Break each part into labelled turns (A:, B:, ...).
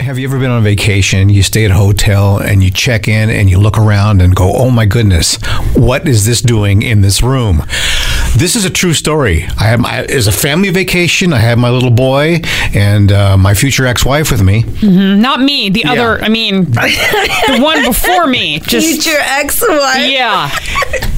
A: Have you ever been on vacation? You stay at a hotel and you check in and you look around and go, oh my goodness, what is this doing in this room? This is a true story. I had my it was a family vacation. I had my little boy and uh, my future ex-wife with me.
B: Not me. The other, I mean, the one before me. Just
C: Future ex-wife.
B: yeah.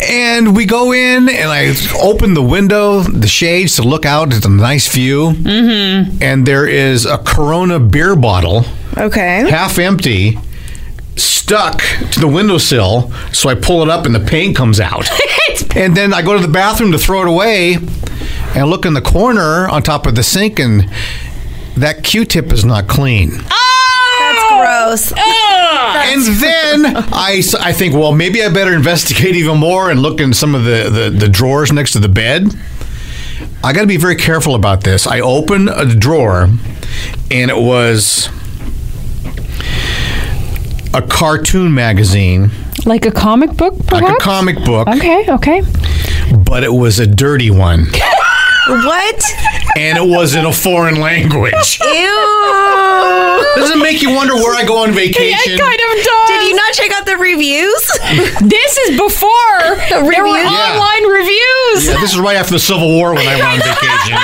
A: And we go in, and I open the window, the shades to look out at the nice view. Mm-hmm. And there is a Corona beer bottle,
C: Okay.
A: half empty, stuck to the windowsill. So I pull it up, and the paint comes out. and then I go to the bathroom to throw it away, and I look in the corner on top of the sink, and that Q-tip is not clean.
C: That's gross.
A: And then I, s- I think, well, maybe I better investigate even more and look in some of the, the, the drawers next to the bed. I got to be very careful about this. I open a drawer, and it was a cartoon magazine,
B: Like a comic book, perhaps?
A: like a comic book,
B: Okay, okay.
A: but it was a dirty one,
C: What?
A: and it was in a foreign language.
C: Ew.
A: Does it make you wonder where I go on vacation?
B: It kind of does.
C: Did you not check out the reviews?
B: This is before there were
C: Reviews?
A: Yeah.
B: online reviews.
A: Yeah, this is right after the Civil War when I went on vacation.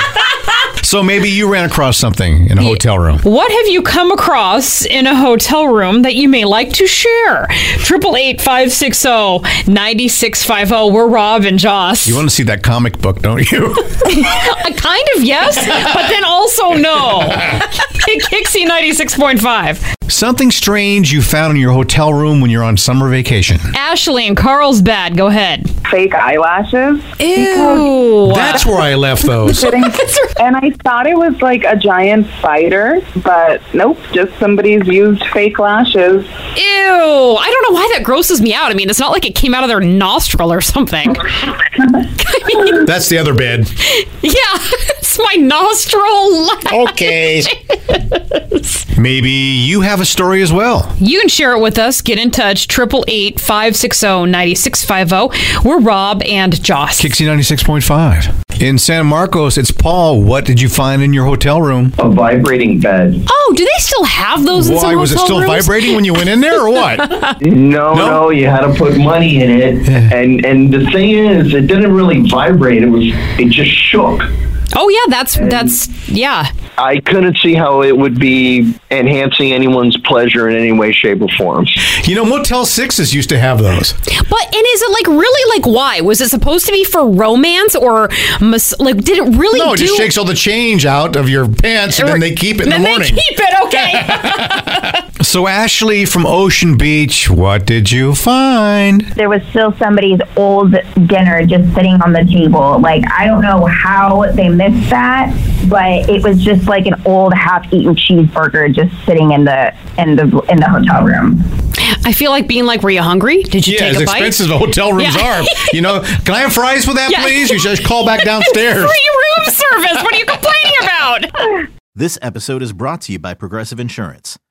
A: So maybe you ran across something in a hotel room.
B: What have you come across in a hotel room that you may like to share? 888-560-9650. We're Rob and Joss.
A: You want to see that comic book, don't you?
B: Uh, kind of yes, but then also no. Kixie 96.5.
A: something strange you found in your hotel room when you're on summer vacation.
B: Ashley and Carlsbad, go ahead.
D: fake eyelashes.
B: Ooh.
A: That's where I left those.
D: And I thought it was like a giant spider, but nope, just somebody's used fake lashes.
B: Ew. I don't know why that grosses me out. I mean, it's not like it came out of their nostril or something.
A: That's the other bed.
B: Yeah, it's my nostril.
A: Okay. Maybe you have a story as well.
B: You can share it with us. Get in touch. 888 560 9650. oh. We're Rob and Joss.
A: Kixie 96.5. In San Marcos, it's Paul. What did you find in your hotel room?
E: A vibrating bed.
B: Oh, do they still have those in
A: Why
B: some
A: was it
B: hotel
A: still
B: rooms?
A: vibrating when you went in there or what?
E: No, no, you had to put money in it, and and the thing is, it didn't really vibrate. It was it just shook.
B: Oh, yeah, that's, that's, yeah.
E: I couldn't see how it would be enhancing anyone's pleasure in any way, shape, or form.
A: you know, Motel 6s used to have those.
B: But and is it like really like why was it supposed to be for romance or mas- like did it really
A: No, it
B: do?
A: just shakes all the change out of your pants and then they keep it in the
B: Then
A: morning.
B: They keep it okay.
A: So, Ashley from Ocean Beach, what did you find?
F: there was still somebody's old dinner just sitting on the table. Like, I don't know how they missed that, but it was just like an old half-eaten cheeseburger just sitting in the in the in the hotel room.
B: I feel like being like, were you hungry? Did you
A: Yeah,
B: take
A: as
B: a bite?
A: expensive as hotel rooms
B: Yeah.
A: are. You know, can I have fries with that,
B: Yeah.
A: please? You just call back downstairs.
B: Free room service. What are you complaining about?
G: This episode is brought to you by Progressive Insurance.